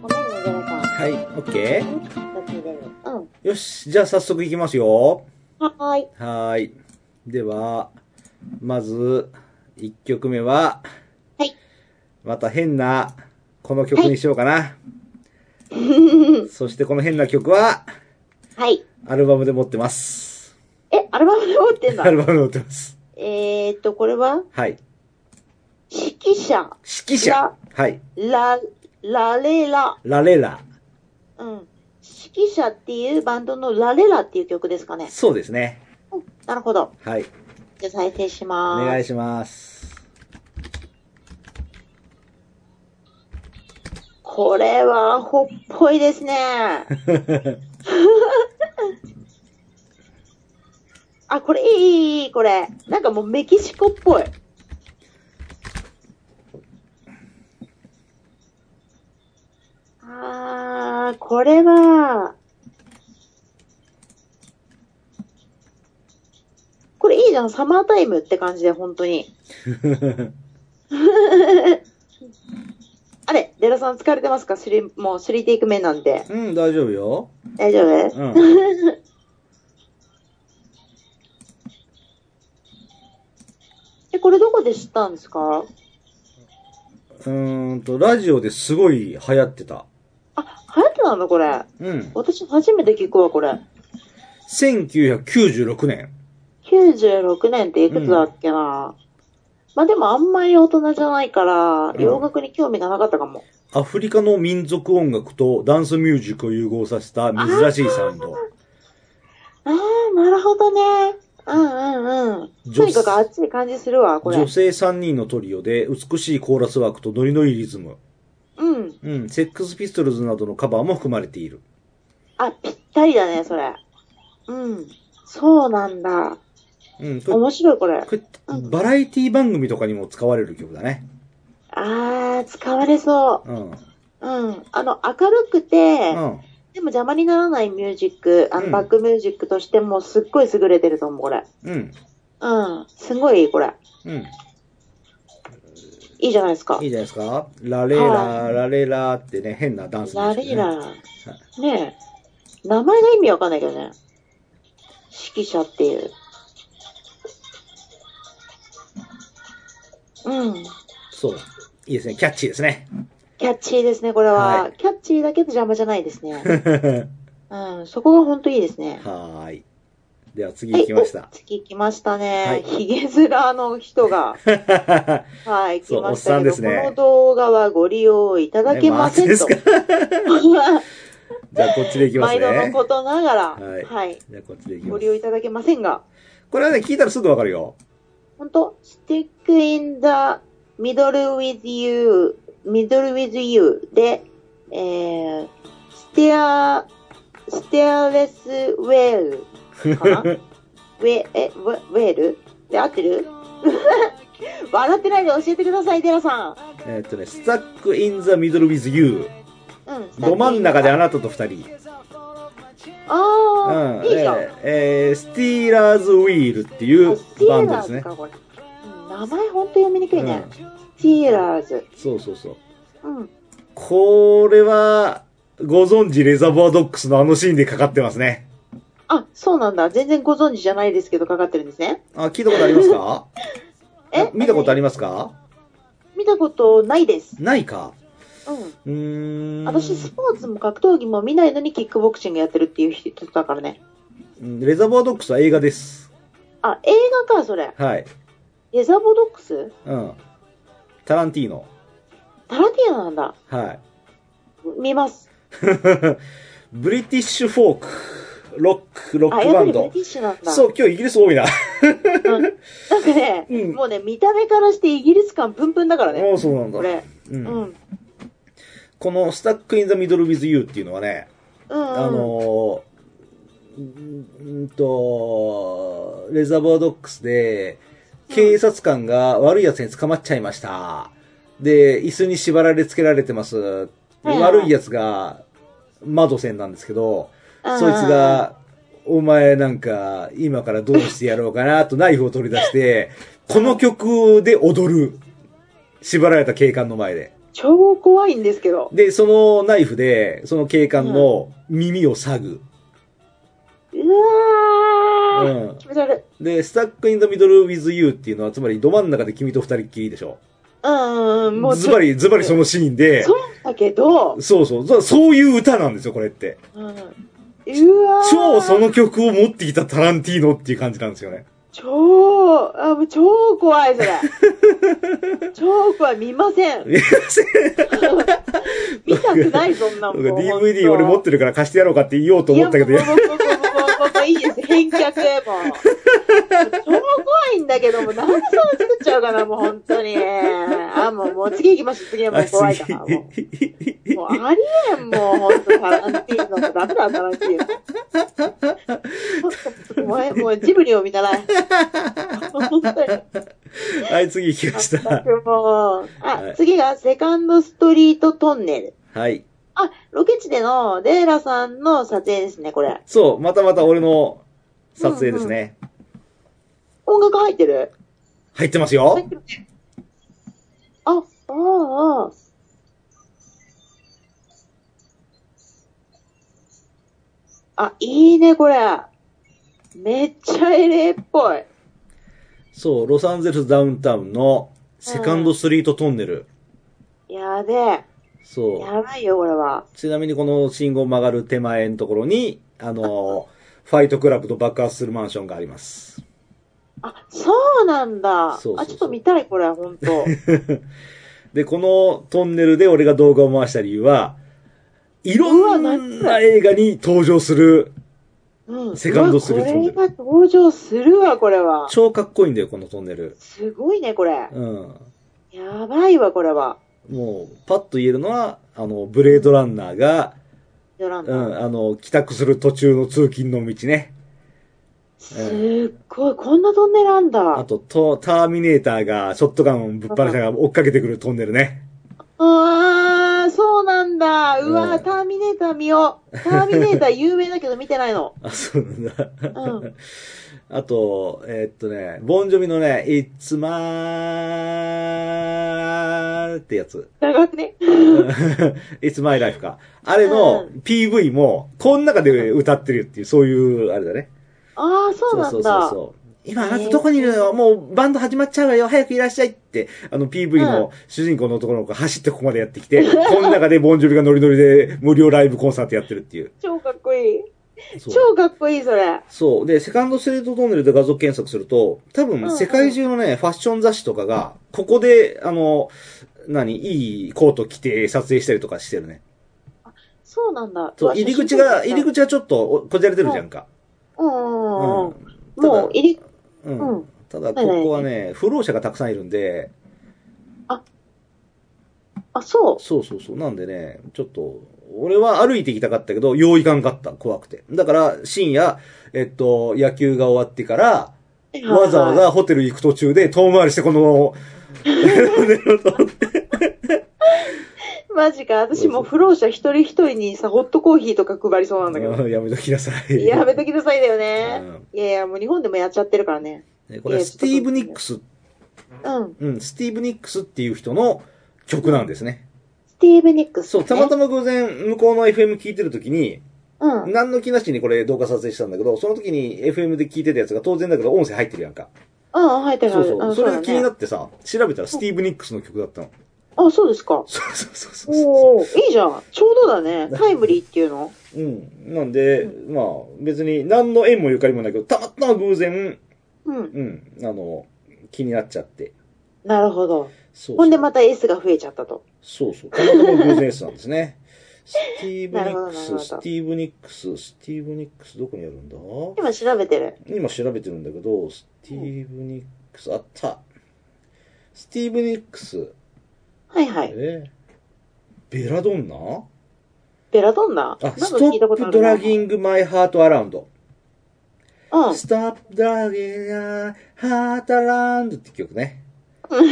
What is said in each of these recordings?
はい、オッケー。時でも。うん。よし、じゃあ早速いきますよ。はーい。はーい。では、まず、1曲目は、はい。また変な、この曲にしようかな。 そしてこの変な曲は、はい。アルバムで持ってます。え、アルバムで持ってんだア。ルバムで持ってます。えーっと、これは、はい。指揮者、指揮者ラ。はい。ラ、ラレラ。ラレラ。うん。指揮者っていうバンドのラレラっていう曲ですかね。そうですね。うんなるほど。はい。じゃあ再生しおま願ーいす。します。これはアホっぽいですね。あ、これいいいい、これ。なんかもうメキシコっぽい。あー、これは、これいいじゃん、サマータイムって感じで、本当に。あれ、デラさん疲れてますかスリもうスリーテイク目なんで。うん、大丈夫よ。大丈夫ですうん。 え、これどこで知ったんですかうーんと、ラジオですごい流行ってた。あ、流行ってたんだ、これ。うん。私初めて聞くわ、これ。 1996年。 96年っていくつだっけな、まあでもあんまり大人じゃないから、ん洋楽に興味がなかったかも。アフリカの民族音楽とダンスミュージックを融合させた珍しいサウンド。あー、なるほどね。うんうんうん。と女にかくあっちい感じするわ、これ女。性3人のトリオで美しいコーラスワークとノリのいいリズム。うん。うん、セックスピストルズなどのカバーも含まれている。あ、ぴったりだね、それ。うん。そうなんだ。うん、こ面白い、これ。れ、これバラエティ番組とかにも使われる曲だね。あー、使われそうん。うん。う。うん。あの、明るくて、でも邪魔にならないミュージック、あうんの、バックミュージックとしてもすっごい優れてると思う、これ。うん。うん。すごいいい、これ。うん。いいじゃないですかいい。じゃないですかラレラ、ラレラってね、変なダンスラですリーけどねラー。ねえ。名前が意味わかんないけどね。指揮者っていう。うん。そう。いいですね。キャッチーですね。 キャッチーですね、これは。はいキャッチーだけど邪魔じゃないですね。 うん、そこが本当いいですね。はーい。では次行きましはいたお。次来ましたはねい。ヒゲズラの人が、はい、そ来ましうたおっさんけでど、すねこの動画はご利用いただけませんねと。回す ですかじゃあこっちで行きます毎度のね。ことながら、ははいい、じゃあこっちで行きごま利用いす。ただけませんが、これはね、聞いたらすぐわかるよ。本当 stick in the middle with you, middle with you で、えー、stair, stairless well かな ?we, え、well? で合ってる 笑ってないで教えてください、デラさん。えーっとね、stuck in the middle with you。うん。ど真ん中でああなたと二人。うん。あー、いいじゃん。えーえー、スティーラーズウィールっていうティバエンドでラーすズね。か、これ。うん名前ほんと読みにくいね。うティエラーズ。ん。そうそうそう。うん。これは、ご存知レザーバードックスのあのシーンでかかってますね。あ、そうなんだ。全然ご存知じゃないですけど、かかってるんですね。あ、聞いたことありますか え見たことありますか見たことないです。ないか。ううーん。ん。私、スポーツも格闘技も見ないのにキックボクシングやってるっていう人だからね。うんレザーバードックスは映画です。あ、映画か、それ。はい。レザボドックスうん。タランティーノ。タラティアなんだ。はい。見ます。 ブリティッシュフォーク、ロック、ロッあ、クやバっぱりンブリドテ。ィッシュなんだ。そう、今日イギリス多い な。うん。なんかね、うんもうね、見た目からしてイギリス感プンプンだからね。 おうそうなんだこ。れ。ううん。うんん。このスタックインザミドルウィズユーっていうのはね、うん。あのー、んんと、レザーバードックスで、警察官が悪い奴に捕まっちゃいました。で、椅子に縛られつけられてます。はいはい悪い奴が、窓線なんですけど、うんそいつが、お前なんか、今からどうしてやろうかなとナイフを取り出して、この曲で踊る。縛られた警官の前で。超怖いんですけど。で、そのナイフで、その警官の耳を塞ぐ。うわー、うん気持ち悪い。で、スタックインドミドルウィズユーっていうのは、つまりど真ん中で君と二人っきりでしょ。うんうん、もう。ズバリ、ズバリそのシーンで、そうだけど、そうそうそう、そういう歌なんですよ、これって。うん、うわー超その曲を持ってきたタランティーノっていう感じなんですよね。超、あ、もう超怖い、そ れ。超怖い、見ません。 見たくない、そんなもん。 DVD 俺持ってるから貸してやろうかって言おうとと思ったけど、いいや、や もう、もう、もう、もう、もう、もう、いいです。返却、もう。超怖いんだけども、なんでそんな作っちゃうかな、もう、本当に。あ、もう、もう、次行きましょう。次はもう怖いから、もう。もうありえん、もう、ほんと、タランティーノもダメだ、タランティーノ。もうえ、もう、ジブリを見習い。本当に。はい、次行きまし全た。くもう。あ、はい次が、セカンドストリートトンネル。はい。あ、ロケ地での、レイラさんの撮影ですね、これ。そう、またまた俺の撮影ですね。音楽入ってる入ってます入よっ。てるね。あ、ああ、ああ。あ、いいね、これ。めっちゃ LA っぽい。そう、ロサンゼルスダウンタウンのセカンドストリートトンネル。やべえ。そう。やばいよ、これは。ちなみにこの信号曲がる手前のところに、あの、ファイトクラブと爆発するマンションがあります。あ、そうなんだ。そうそうそうあ、ちょっと見たい、これ、ほん と。で、このトンネルで俺が動画を回した理由は、いろうわん懐なか映画に登場する、うん。セカンドスリーうわトンネルこれが登場するわ、これは。超かっこいいんだよ、このトンネル。すごいね、これ。うん。やばいわ、これは。もう、パッと言えるのは、あの、ブレードランナーが、ドラマ。うん、あの、帰宅する途中の通勤の道ね。すっごい、こんなトンネルあんあだ。と、とターミネーターが、ショットガンをぶっ放しながら追っかけてくるトンネルね。あー、そうなんだ。うわ、うんターミネーター見よう。ターミネーター有名だけど見てないの。あ、そうなんだ。うん。 あと、えーっとね、ボンジョビのね、It's my ってやつ。 長くね。 It's my life か。あれのう PV も、この中で歌ってるっていう、そういう、あれだね。あー、そうなんだ。う。今、あなたどこにいるのよもうバンド始まっちゃうわよ早くいらっしゃいって、あの PV の主人公の男の子が走ってここまでやってきて、この中でボンジョビがノリノリで無料ライブコンサートやってるっていう。超かっこいい。そう超かっこいい、それ。そう。で、セカンドストリートトンネルで画像検索すると、ん多う分ん世界中のね、ファッション雑誌とかが、ここで、あの、何、いいコート着て撮影したりとかしてるね。そうなんだ。そうわ入り口が、写真入り口はちょっとおこじゃれてるじゃんか。うんうんううんうんん。。もう、入り、う。うんん。たはだ、いはいここはね、不老者がたくさんいるんで、あ、そう。そうそうそう。なんでね、ちょっと、俺は歩いて行きたかったけど、よういかんかった。怖くて。だから、深夜、えっと、野球が終わってから、わざわざホテル行く途中で遠回りしてこの、マジか。私もう不老者一人一人にさ、ホットコーヒーとか配りそうなんだけど。うんやめときなさい。やめときなさいだよね。ういやいや、もう日本でもやっちゃってるからね。んねこれはスティーブ・ニックス、うん。うん、スティーブ・ニックスっていう人の曲なんですね。スティーブ・ニックス、ね。そう、たまたま偶然向こうの FM 聞いてるときに、ま。うん。何の気なしにこれ動画撮影したんだけど、その時に FM で聞いてたやつが当然だけど音声入ってるやんか。うん、入ってるそう入ってる。そんう。それが気になっってさ、調べたらスティーブ・ニックスの曲だったの。あ、そうですか。そうそうそうそうそおおーいいじゃん。ちょうどだ ね。タイムリーっていうのう。うん。なんで、まあ別に何の縁もゆかりもないけど、たまたま偶然、うん。うん、あの、気になっちゃって。なるほど。そうそうほんでまた S が増えちゃったと。そうそう。たまたま偶然 S なんですね。スティーブ・ニッなるクほどなるほス、どスティーブ・ニックス、スティーブ・ニックス、どこにあるんだ今調べてる。今調べてるんだけど、スティーブ・ニックス、あった。スティーブ・ニックス、はいはい。えベラドンナベラドンナあ、なんスかト聞いたことッあプ・ドるなラギング・マイ・ハート・アラウンド。うん。ストップ・ドラギング・ハート・アラウンドって曲ね。 だか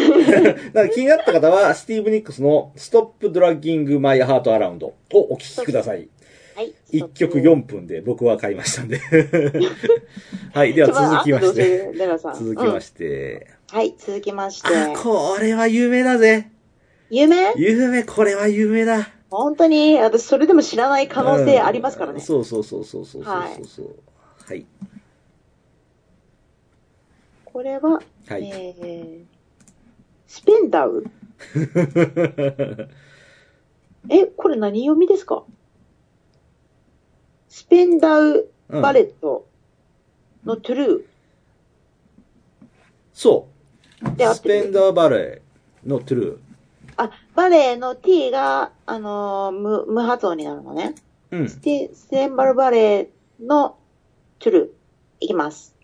ら気になった方は、スティーブ・ニックスのストップ・ドラギング・マイ・ハート・アラウンドをお聴きください。はい。一曲4分で僕は買いました んで。はい、では続きまし。ちょっと待ってて。ベラさん。続きましして。て。はい、続きまして。あ、これは有名だぜ。夢夢、これは夢だ。本当に、私それでも知らない可能性ありますからうんね。そうそうそうそうそうそうはいそう。はい。これは、はい。えー、スペンダウえ、これ何読みですかスペンダウ・ うんバレットのトゥルそーう。で合っスてペンる。ダーバレーのトゥルあ、バレーの t が、あのー無、無発音になるのね。ー。うん。ステステンバルバレーのトゥルーいきます。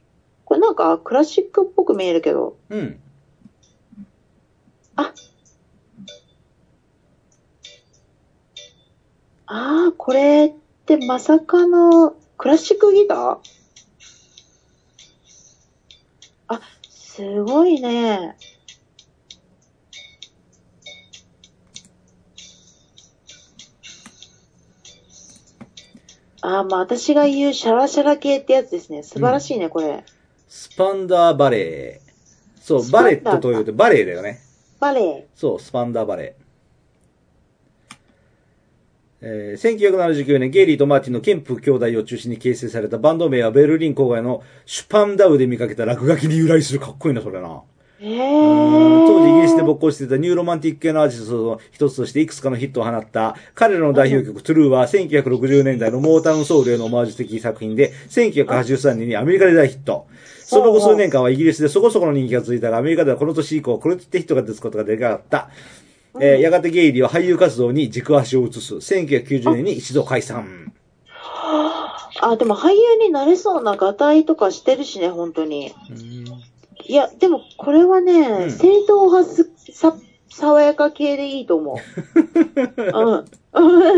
これなんかクラシックっぽく見えるけど、うん。ああ、これってまさかのクラシックギターあ、すごいね。ああ、まあ私が言うシャラシャラ系ってやつですね。素晴らしいね、これ。スパンダーバレー。そう、スパバンダレーットというと、バレーだよね。バレそう、スパンダーバレー。えー1979年、ゲイリーとマーティンのケンプ兄弟を中心に形成されたバンド名はベルリン郊外のシュパンダウで見かけた落書きに由来する。かっこいいな、それな。ー。へうーえ。ん当時イギリスで勃興していたニューロマンティック系のアーティストの一つとしていくつかのヒットを放った彼らの代表曲トゥルーは1960年代のモータウンソウルへのオマージュ的作品で1983年にアメリカで大ヒット。その後数年間はイギリスでそこそこの人気が続いたがアメリカではこの年以降これといってヒットが出すことができなかった。えーやがてゲイリーは俳優活動に軸足を移す。1990年に一度解散。あ、でも俳優になれそうな画体とかしてるしね、本当に。いや、でもこれはね、ん正統派すさ爽やか系でいいと思う。 うん。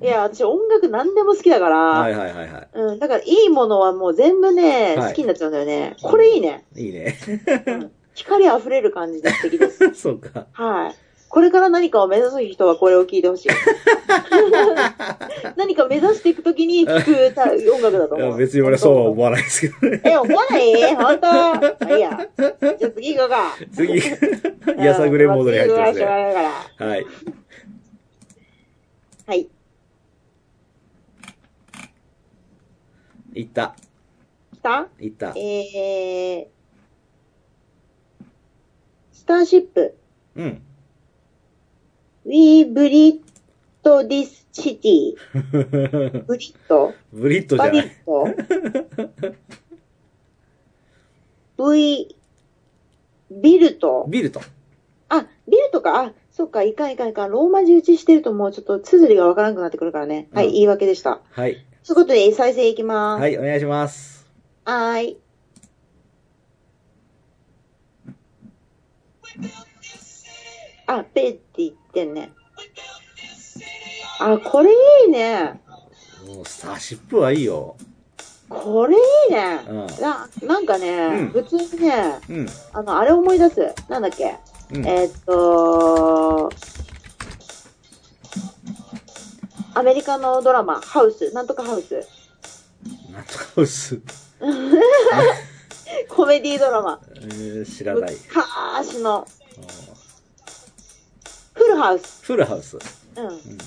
いや、私音楽何でも好きだから、はいはいはいはうん、だからいいものはもう全部ね、はい好きになっちゃうんだよね。これいいね。い。いいね。 光あふれる感じで素敵です。そうか。はい。これから何かを目指す人はこれを聴いてほ しい。何か目指していくときに聴くた音楽だといや思う。別に俺はそうは思わないですけどね。え、思わない本当まあいいや。じゃあ次行こうか。次、 やさぐれモードに入ってますうん次ぐらいしょうがね。ないから。はい。はい。行った。来た行った。えー、スターシップ。うん。 We Brit this city. ブリットブリットじバゃなリッい。ト ?V、ビルト。ビルト。あ、ビルトか。あ、そっか、いかんいかんいかん。ローマ字打ちしてるともうちょっと綴りがわからなくなってくるからね。はい、うん言い訳でした。はい。そういうことで再生いきます。はい、お願いします。はーい。あ、ペって言ってんね。あ、これいいね。もうスターシップはいいよ。これいいね。うんななんかね、うん普通にね、うん。あの、あれ思い出す。なんだっけ。うん。えーっと、アメリカのドラマ、ハウス、なんとかハウス。なんとか薄。コメディドラマ。えー知らない。昔の、うんフルハウス。フルハウス。うん。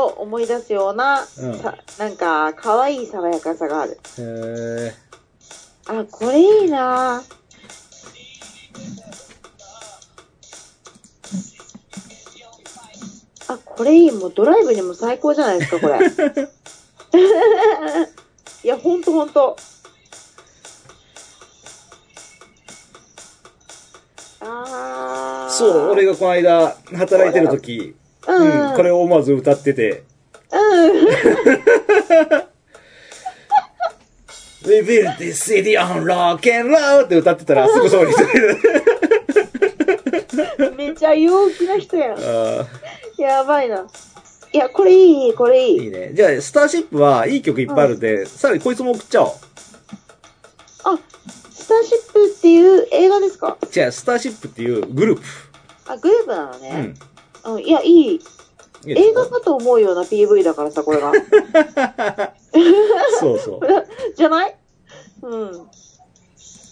を思い出すような、うんさなんか、可愛い爽やかさがある。へーあ、これいいなあ、これいい。もうドライブにも最高じゃないですか、これ。 いや、ほんとほんと。あー。そう、俺がこの間、働いてる時、うん、うん、これを思わず歌ってて、うん。 We built this city on rock and roll って歌ってたら、すぐそうにしてる。めちゃ陽気な人やん。あやばいな。いや、これいい、これいーいい。いね。じゃあ、スターシップはいい曲いっぱいあるんで、さらにこいつも送っちゃおう。あ、スターシップっていう映画ですかじゃあ、スターシップっていうグループ。あ、グループなのうねん。。うん。いや、いい。いいです映か画かと思うような PV だからさ、これが。 そうそう。じゃないうん。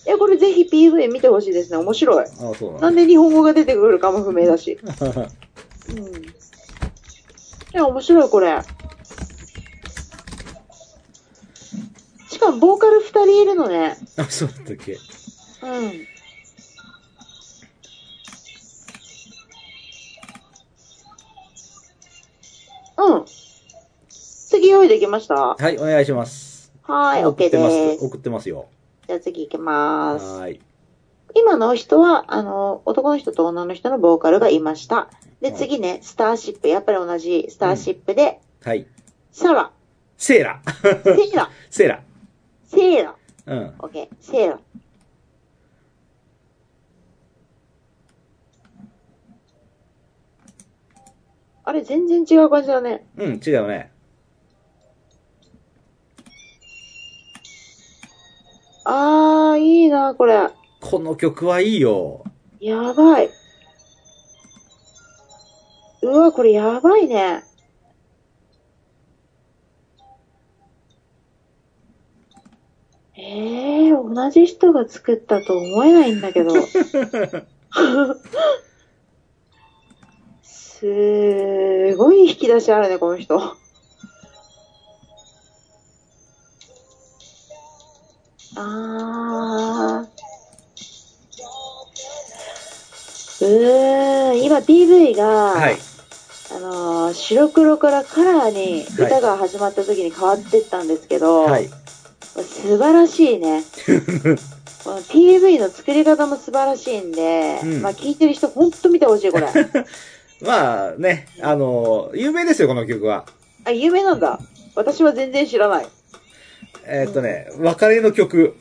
え、これぜひ PV 見てほしいですね。面白い。ああ、そうななんんで日本語が出てくるかも不明だ し。だ。うん。え、面白いこれ。しかもボーカル二人いるのね。 あ、そうだったっけ。うん。うん。次用意できましたははい、お願いします。ーい、送 OK ってま。ですす。送ってますよ。じゃあ次行きます。はーい。今の人は、あの、男の人と女の人のボーカルがいました。で、はい次ね、スターシップ。やっぱり同じスターシップで、はい。サラ、セーラ。 セイラ、セーラ。セイラ、うん。オッケー、セイラ。あれ、全然違う感じだね。うん、違うね。あー、いいな、これ。この曲はいいよ。やばい。うわ、これやばいね。ええー、同じ人が作ったと思えないんだけ ど。すーごい引き出しあるね、この人。あー。うーん、今 PV が、はい。あのー白黒からカラーにはい歌が始まった時に変わってったんですけど、はい。素晴らしい ね。この PV の作り方も素晴らしいんで、うんまあ聞いてる人ほんと見てほし い、これ。まあね、あの、有名ですよ、この曲は。あ、有名なんだ。私は全然知らない。えーっとね、別れの曲。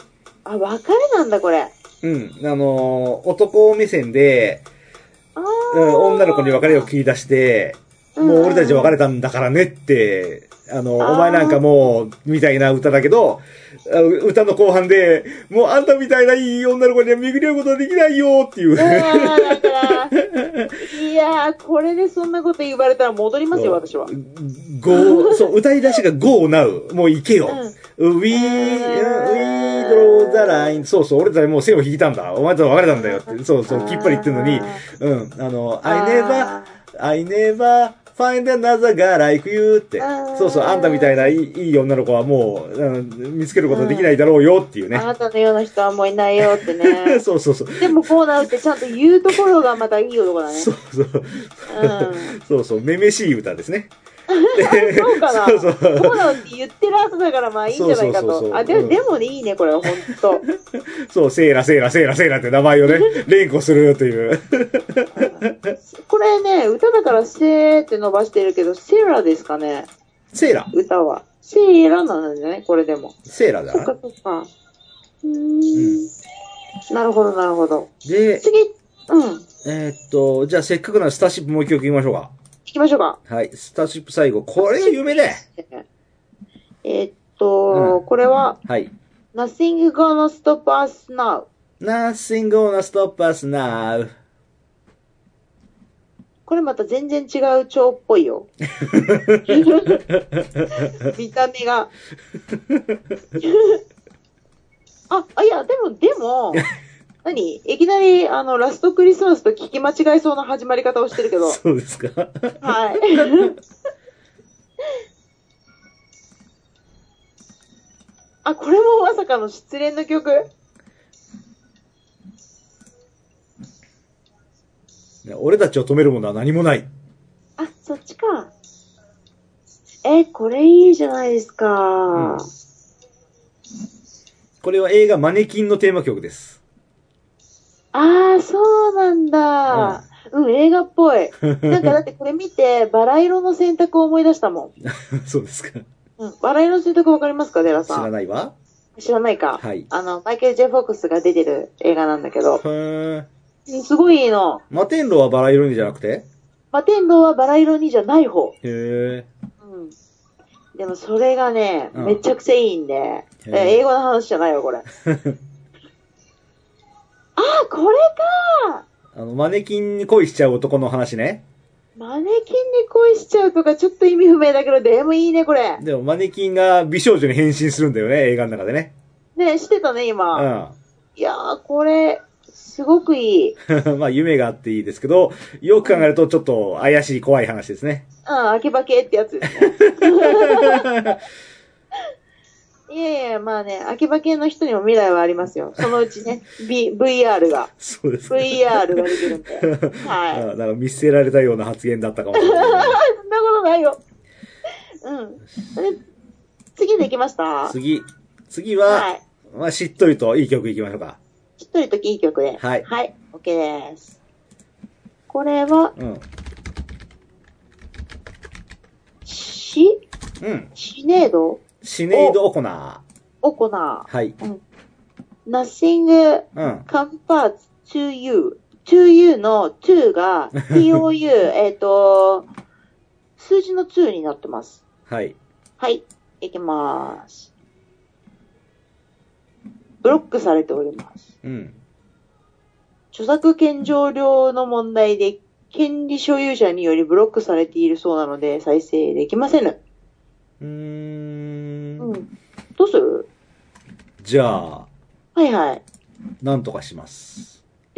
あ、別れなんだ、これ。うん。あの、男目線で、あうん女の子に別れを切り出して、もう俺たち別れたんだからねって、あの、あーお前なんかもう、みたいな歌だけど、あ歌の後半で、もうあんたみたいないい女の子には巡り合うことはできないよっていう。うわーだから、いやー、これでそんなこと言われたら戻りますよ、 私は。うん。 Go そう、歌い出しが Go now! もう行けよ、!We, ん we draw the line! そうそう、俺たちもう線を引いたんだ。お前と別れたんだよって。そうそう、きっぱり言ってんのにあ、ーうん、あの、I never, I never find another guy like you ってあー。そうそう、あんたみたいないいいい女の子はもう、あの見つけることできないだろうよっていうねあ。なたのような人はもういないよって ね。そうそうそう。でもこうなるってちゃんと言うところがまたいい男だね。そうそう。うん。そうそう、めめしい歌ですね。そうかな。そうそうこうなるって言ってるはずだからまあいいんじゃないかそうそうそうそうと。あ、でうんも、でもね、いいね、これは、ほんと。そう、セーラ、セーラ、セーラ、セーラって名前 をね、連呼するという。これね、歌だからせーって伸ばしてるけど、セーラですかね、セーラ、歌は。セーラなんだね、これでも。セーラだそっかそっか。うーん。なるほど、なるほど。で、次、うん。行えーっと、じゃあせっかくならスターシップもう一曲言いましょうか。きましょうか。はい、スターシップ最後。これが有名で。えっと、うこれは、はい。 Nothing gonna stop us now. Nothing gonna stop us now. これまた全然違う蝶っぽいよ。見た目が。あ、あ、いや、でも、でも、何いきなり、あの、ラストクリスマスと聞き間違えそうな始まり方をしてるけど。そうですか。はい。 あ、これもまさかの失恋の曲ね俺たちを止めるものは何もない。あ、そっちか。え、これいいじゃないですか。んこれは映画マネキンのテーマ曲です。 ああ、そうなんだ。うん、映画っぽい。 なんかだってこれ見て、バラ色の選択を思い出したもそうですか。ん。うん、バラ色の選択わかりますか、デラ知さらん。ないわ。知らないか。はい。あの、マイケル・ジェ・フォックスが出てる映画なんだけど、へーすごいいいの。摩天楼はバラ色にじゃなくて摩天楼はバラ色にじゃない方。へうん。でもそれがね、うんめちゃくちゃいいんで、へーえ英語の話じゃないよ、 これ。あー、これかあの、マネキンに恋しちゃう男の話ね。マネキンに恋しちゃうとかちょっと意味不明だけど、でもいいね、これ。でも、マネキンが美少女に変身するんだよね、映画の中でね。ね、してたね、う今。ん。いやー、これ、すごくいい。 まあ、夢があっていいですけど、よく考えるとちょっと怪しい怖い話です ね。うん、あけばけってやつ ですね。いやいや、まあね、あけばけの人にも未来はありますよ。そのうちね、B、VR が、そうですね。 VR ができるんで。あはい。なんか見捨てられたような発言だったかもしれない。そんなことないよ。うん。で次できましたは次。次は、い。まあ、しっとりといい曲いきましょうか。しっとりといい曲で。はいはい。OK です。これは、うん。シ、うん。シネードシネイド・オコナオコナー。はい。ー。Nothing うん。 compares to you. to you の to が tou, えっと、数字の2になってます。はい。はい。いきまーす。ブロックされております。うん。著作権上量の問題で、権利所有者によりブロックされているそうなので、再生できません。うーん。うん。どうするじゃあ、はいはい。なんとかします。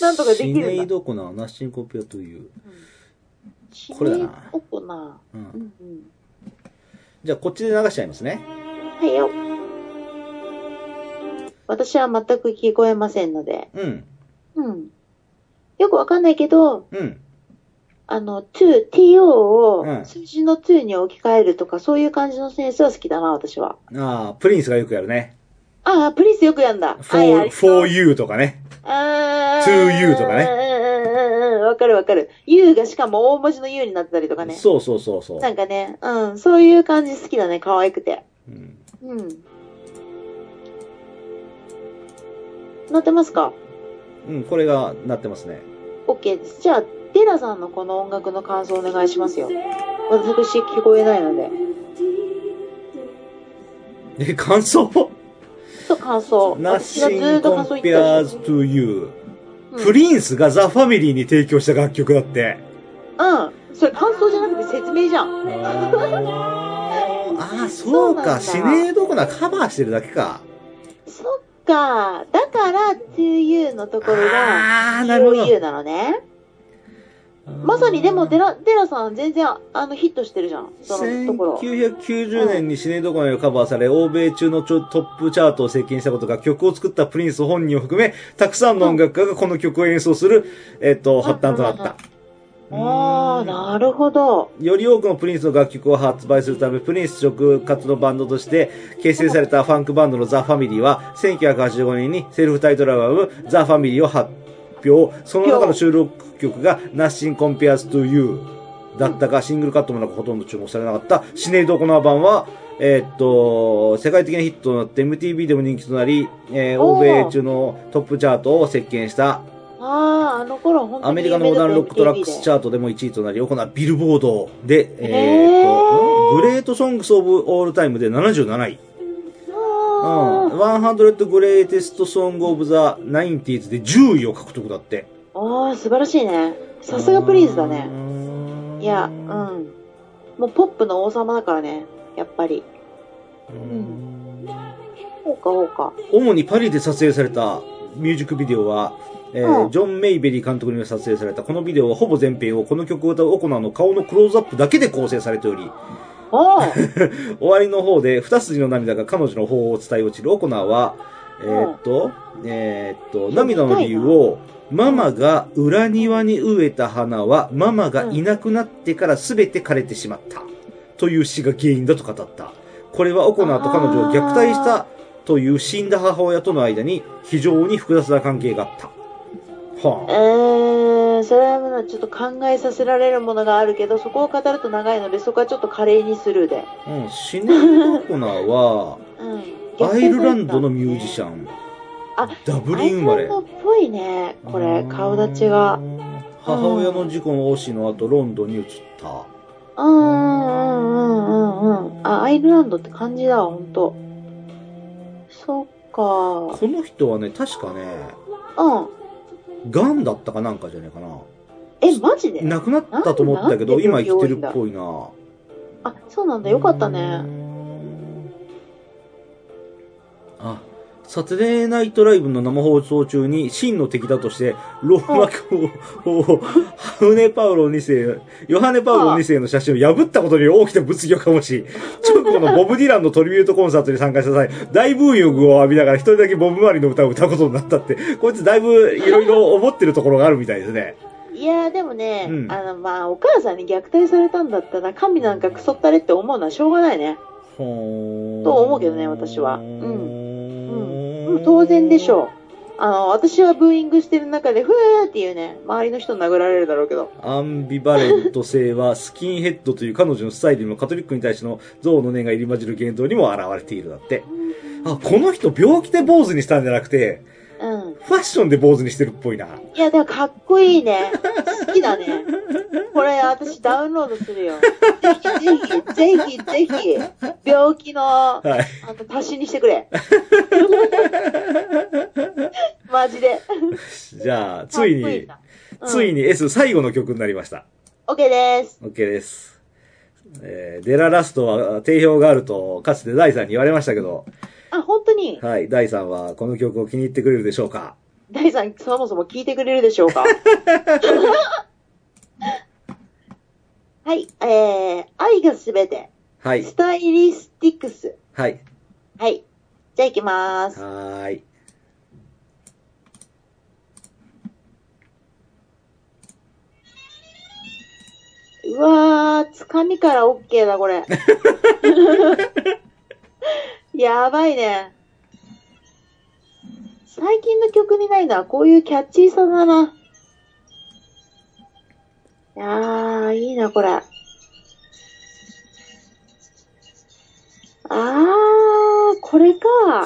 なんとかできるんだシネイド・オコナー、ナッシング・コピアという。ここれだなおこな。う。うんんうん。じゃあ、こっちで流しちゃいますね。はいよ。私は全く聞こえませんので。うん。うん。よくわかんないけど、うん。あの、to, to うをん数字の to に置き換えるとか、そういう感じのセンスは好きだな、私は。ああ、プリンスがよくやるね。ああ、プリンスよくやんだ。はい for, ありそう for you とかね。あー to you とかねうんうんうんうんうん。わかるわかる。you がしかも大文字の u になってたりとかね。そうそうそうそう。なんかね、うん、そういう感じ好きだね、可愛くて。うんうん。なってますかうん、これがなってますね。 ?OK です。じゃあ、テラさんのこの音楽の感想お願いしますよ。私、聞こえないので。え、感想ちょっと感想。私がず ?Nothing ーっと感想言ったでし compares to you. ょ。プリンスがザ・ファミリーに提供した楽曲だって。うん。うん。それ感想じゃなくて説明じゃん。 ああ、そうか。そシうなんだネードコナーカバーしてるだけか。そっか。だから、to you のところが、ああ、なるほ to ど。 you なのね。まさにでも、デラ、デラさん全然、あの、ヒットしてるじゃん。そのところ。 1990年にシネドコナーをカバーされ、欧米中のちょトップチャートを席巻したことが曲を作ったプリンス本人を含め、たくさんの音楽家がこの曲を演奏する、えっと、発端となった。ああ、なるほど。より多くのプリンスの楽曲を発売するため、プリンス直轄のバンドとして結成されたファンクバンドのザ・ファミリーは、1985年にセルフタイトルアルバムザ・ファミリーを発表。その中の収録曲が Nothing Compares to You だったが、シングルカットもなくほとんど注目されなかったシネイド・コナー版は、えーっと、世界的なヒットとなって MTV でも人気となり、えーおー欧米中のトップチャートを席巻したああ、あの頃本当にアメリカのモダンロックトラックスチャーャートでも1位となり、行うビルボードで、へーえーと、グレートソングスオブオールタイムで77位。うん。あー100グレーテストソングオブザ90sで10位を獲得だって。あー、素晴らしいね。さすがプリンスだね。ねいや、うん。もうポップの王様だからね。やっぱり。ほうかほうか。主にパリで撮影されたミュージックビデオは、えーうんジョン・メイベリー監督により撮影されたこのビデオはほぼ全編をこの曲を歌うオコナの顔のクローズアップだけで構成されており、おー終わりの方で二筋の涙が彼女の方を伝え落ちるオコナーは、えーっと、えーっと、涙の理由を、ママが裏庭に植えた花は、ママがいなくなってから全て枯れてしまった。という詩が原因だと語った。これはオコナーと彼女を虐待したという死んだ母親との間に非常に複雑な関係があった。 えはー、それはちょっと考えさせられるものがあるけど、そこを語ると長いので、そこはちょっと華麗にスルーで。あ。うん、死ぬオコナーは、うん。アイルランドのミュージシャン。ンあ。ダブアリインル生まランれ。ドっぽいね。これ、顔立ちうが。ん母親の事故の死の後ロンドンに移ったうんうんうんうんうん。あ、アイルランドって感じだわ、ほんと。そっか。この人はね確かねうん。ガンだったかなんかじゃないかなえ、マジで亡くなったと思ったなけどんで今病気生き多ているんだっぽいなあ、そうなんだ。よかったうね。んあサテデーナイトライブの生放送中に真の敵だとして、ローマ教皇、ハウネ・パウロ2世、ヨハネ・パウロ2世の写真を破ったことに大きな物議を醸し、直後のボブ・ディランのトリビュートコンサートに参加した際、大ブーイングを浴びながら一人だけボブ・マリの歌を歌うことになったって、こいつだいぶいろいろ思ってるところがあるみたいですね。いやーでもね、うんあのまあお母さんに虐待されたんだったら神なんかクソったれって思うのはしょうがないね。ほーと思うけどね私はうんんうん、当然でしょう。あの私はブーイングしてる中でふーっていうね周りの人殴られるだろうけど。アンビバレント性はスキンヘッドという彼女のスタイルにもカトリックに対しての憎悪の念が入り混じる言動にも現れているだって。あ、この人病気で坊主にしたんじゃなくて、うん。ファッションで坊主にしてるっぽいな。いや、でもかっこいいね。好きだね。これ私ダウンロードするよ。ぜひぜひ、ぜひ、ぜひ、病気の、あはい。の、足しにしてくれ。マジで。 じゃあ、ついかっこに、なつい。に S 最後の曲になりました。うん OK です。 OK です。えー、デララストは定評があると、かつてダイさんに言われましたけど、あ、本当に、はい、ダイさんはこの曲を気に入ってくれるでしょうかダイさん、そもそも聞いてくれるでし ょうかはい、えー、愛がすべて、はいス、タイリスティックス。はい、はい。じゃあ行きまーす。はーい。うわー、つかみから OK だ、これ。 やばいね。最近の曲にないのはこういうキャッチーさだな。いやー、いいな、これ。あー、これか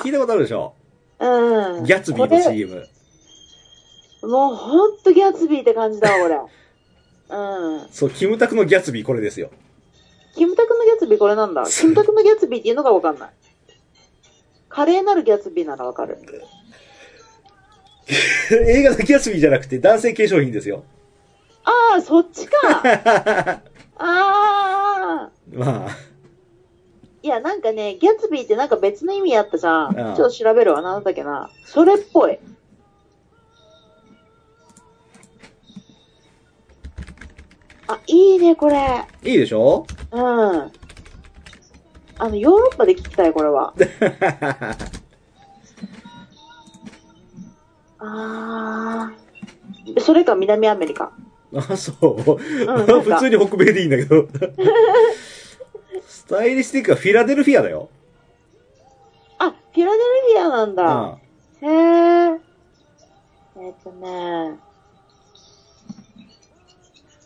聞。いたことあるでしょうん。ギャツビーこれの CM。もうほんとギャツビーって感じだわ、これ。うん。そう、キムタクのギャツビーこれですよ。 キムタクのギャツビーこれなんだ。キムタクのギャツビーっていうのがわかんない。華麗なるギャツビーならわかる。 映画のギャツビーじゃなくて男性化粧品ですよ。ああ、そっち かああまあ、いや、なんかね、ギャツビーってなんか別の意味あったじゃん。ちあょあっと調べるわ。なんだっけな。それっぽい。あ、いいね、これ。いいでしょ うん。あの、ヨーロッパで聞きたい、これ は。ああ。それか南アメリカ。あ、そう。なんまあか普通に北米でいいんだけど。スタイリスティックはフィラデルフィアだよ。あ、フィラデルフィアなんうだ。ん。へえ。えっとね、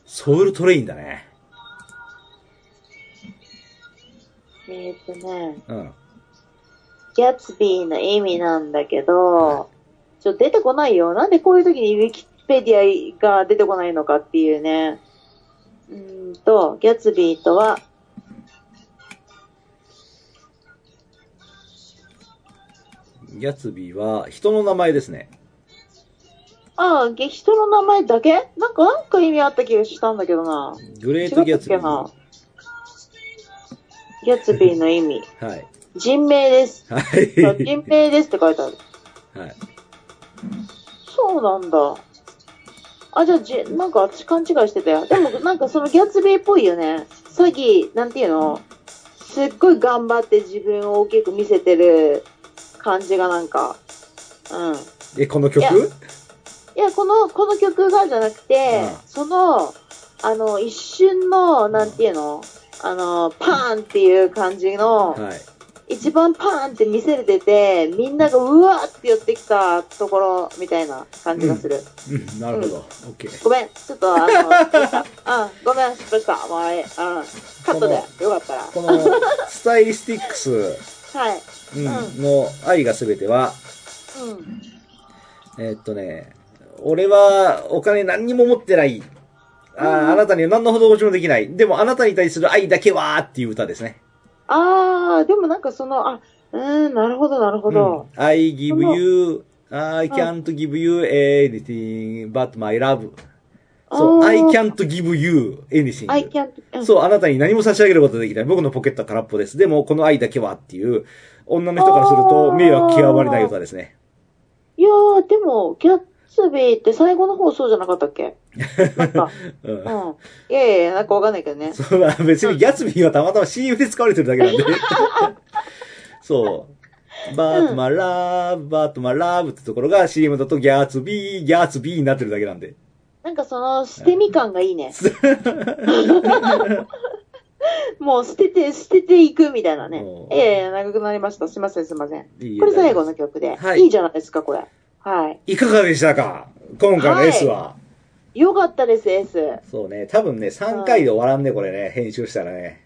ソウルトレインだね。えっとね、うん。ギャツビーの意味なんだけど、ちょっと出てこないよ。なんでこういう時にウィキペディアが出てこないのかっていうね。うーんと、ギャツビーとは、ギャツビーは人の名前ですね。ああ、げ人の名前だけなんか、なんか意味あった気がしたんだけどな。グレ違っートギたャっツビけー。なは。ギャツビーの意味。い。人名です。は人い。名ですって書いてある。はい。そうなんだ。あ、じゃあじ、なんか私勘違いしてたよ。でもなんかそのギャツビーっぽいよね。詐欺、なんていうのすっごい頑張って自分を大きく見せてる感じがなんか。うん。え、このいや曲いや、この、この曲がじゃなくて、うんその、あの、一瞬の、なんていうのあの、パーンっていう感じの、はい。一番パーンって見せれてて、みんながうわーって寄ってきたところみたいな感じがする。うん、なるほど。オッケー。ごめん、ちょっとあの、失 敗したうん、ごめん、失敗した。もうあれ、うん、カットで、よかったら。この、スタイリスティックス、はい。うんうの愛がすべては、うん。えーっとね、俺はお金何にも持ってない。あーうんあなたには何の施しもできない。でもあなたに対する愛だけはーっていう歌ですね。あー、でもなんかその、あ、うーん、なるほど、なるほど。うん I give you, I can't give you anything but my love. そう、あ I ー can't give you anything. I can't, うんそう、あなたに何も差し上げることはできない。僕のポケットは空っぽです。でも、この愛だけはっていう、女の人からすると迷惑極まりない歌ですね。いやー、でも、ギャッツビーって最後の方そうじゃなかったっけなんか、うんう。ん。いやいやいや、なんかわかんないけどね。そう まあ別にギャツビーはたまたま CM で使われてるだけなん で。そう。バートマラー、バートマラーブってところが CM だとギャツビー、ギャツビーになってるだけなんで。なんかその、捨てみ感がいいね。 もう捨てて、捨てていくみたいなねお。ーいやいや、長くなりました。すいません、すいません。これ最後の曲で。はいい、いじゃないですか、これ。はい。いかがでしたか今回のはい S は。よかったです、S。そうね、多分ね、3回で終わらんね、これね、編集したらね。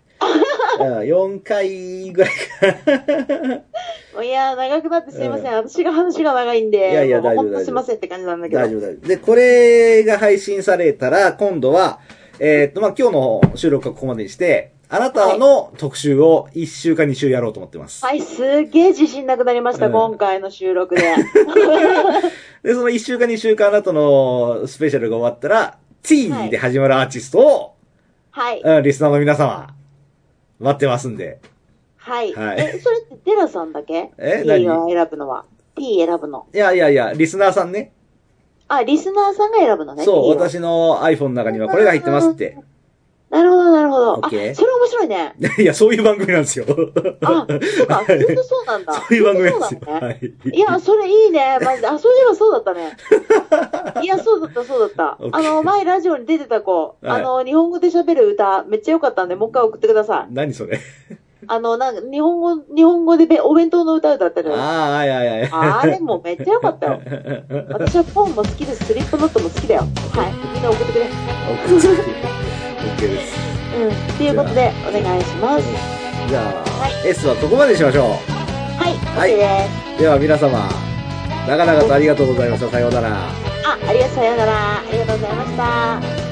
うん、4回ぐらいいやー、長くなってすいません。う私が話が長いんで。いやいやもう大丈ほ夫んと大丈夫すいませんって感じなんだけど。 大丈夫、大丈夫。で、これが配信されたら、今度は、えーっと、まあ、今日の収録はここまでにして、あなたの特集を1週か2週やろうと思ってます。はい、すっげー自信なくなりました、うん今回の収録 で。で、その1週か2週かあなたのスペシャルが終わったら、T で始まるアーティストを、はい。うん、リスナーの皆様、待ってますんで。はい。はいえ、それってデラさんだけえ ?T が選ぶのは。T 選ぶの。いやいやいや、リスナーさんね。あ、リスナーさんが選ぶのね。そう、 T は。私の iPhone の中にはこれが入ってますって。 なるほど、なるほど。あ、そ OK れ面白いね。いや、そういう番組なんですよ。あ、そう か、ずっとそうなんだ。そういう番組なんですずっよと。そうだはね。い。いや、それいいね。マジで。あ、そういえばそうだった ね。いや、そうだった、そうだった OK。あの、前ラジオに出てた子、はいあの、日本語で喋る歌、めっちゃ良かったんで、もう一回送ってください。何それ。あの、なんか、日本語、日本語でべお弁当の歌歌ってる。あああ、はいはいはい。れもめっちゃ良かった よ。私はポーンも好きです。スリップノットも好きだよ。はい。みんな送ってくれ。送ってきて OK です。うん。ということで、お願いします。じゃあ、は S はここまでにしましょはい。はい OK です。う。では皆様、長々とありがとうございました。さようなら。あ、ありがとう、さようなら。ありがとうございました。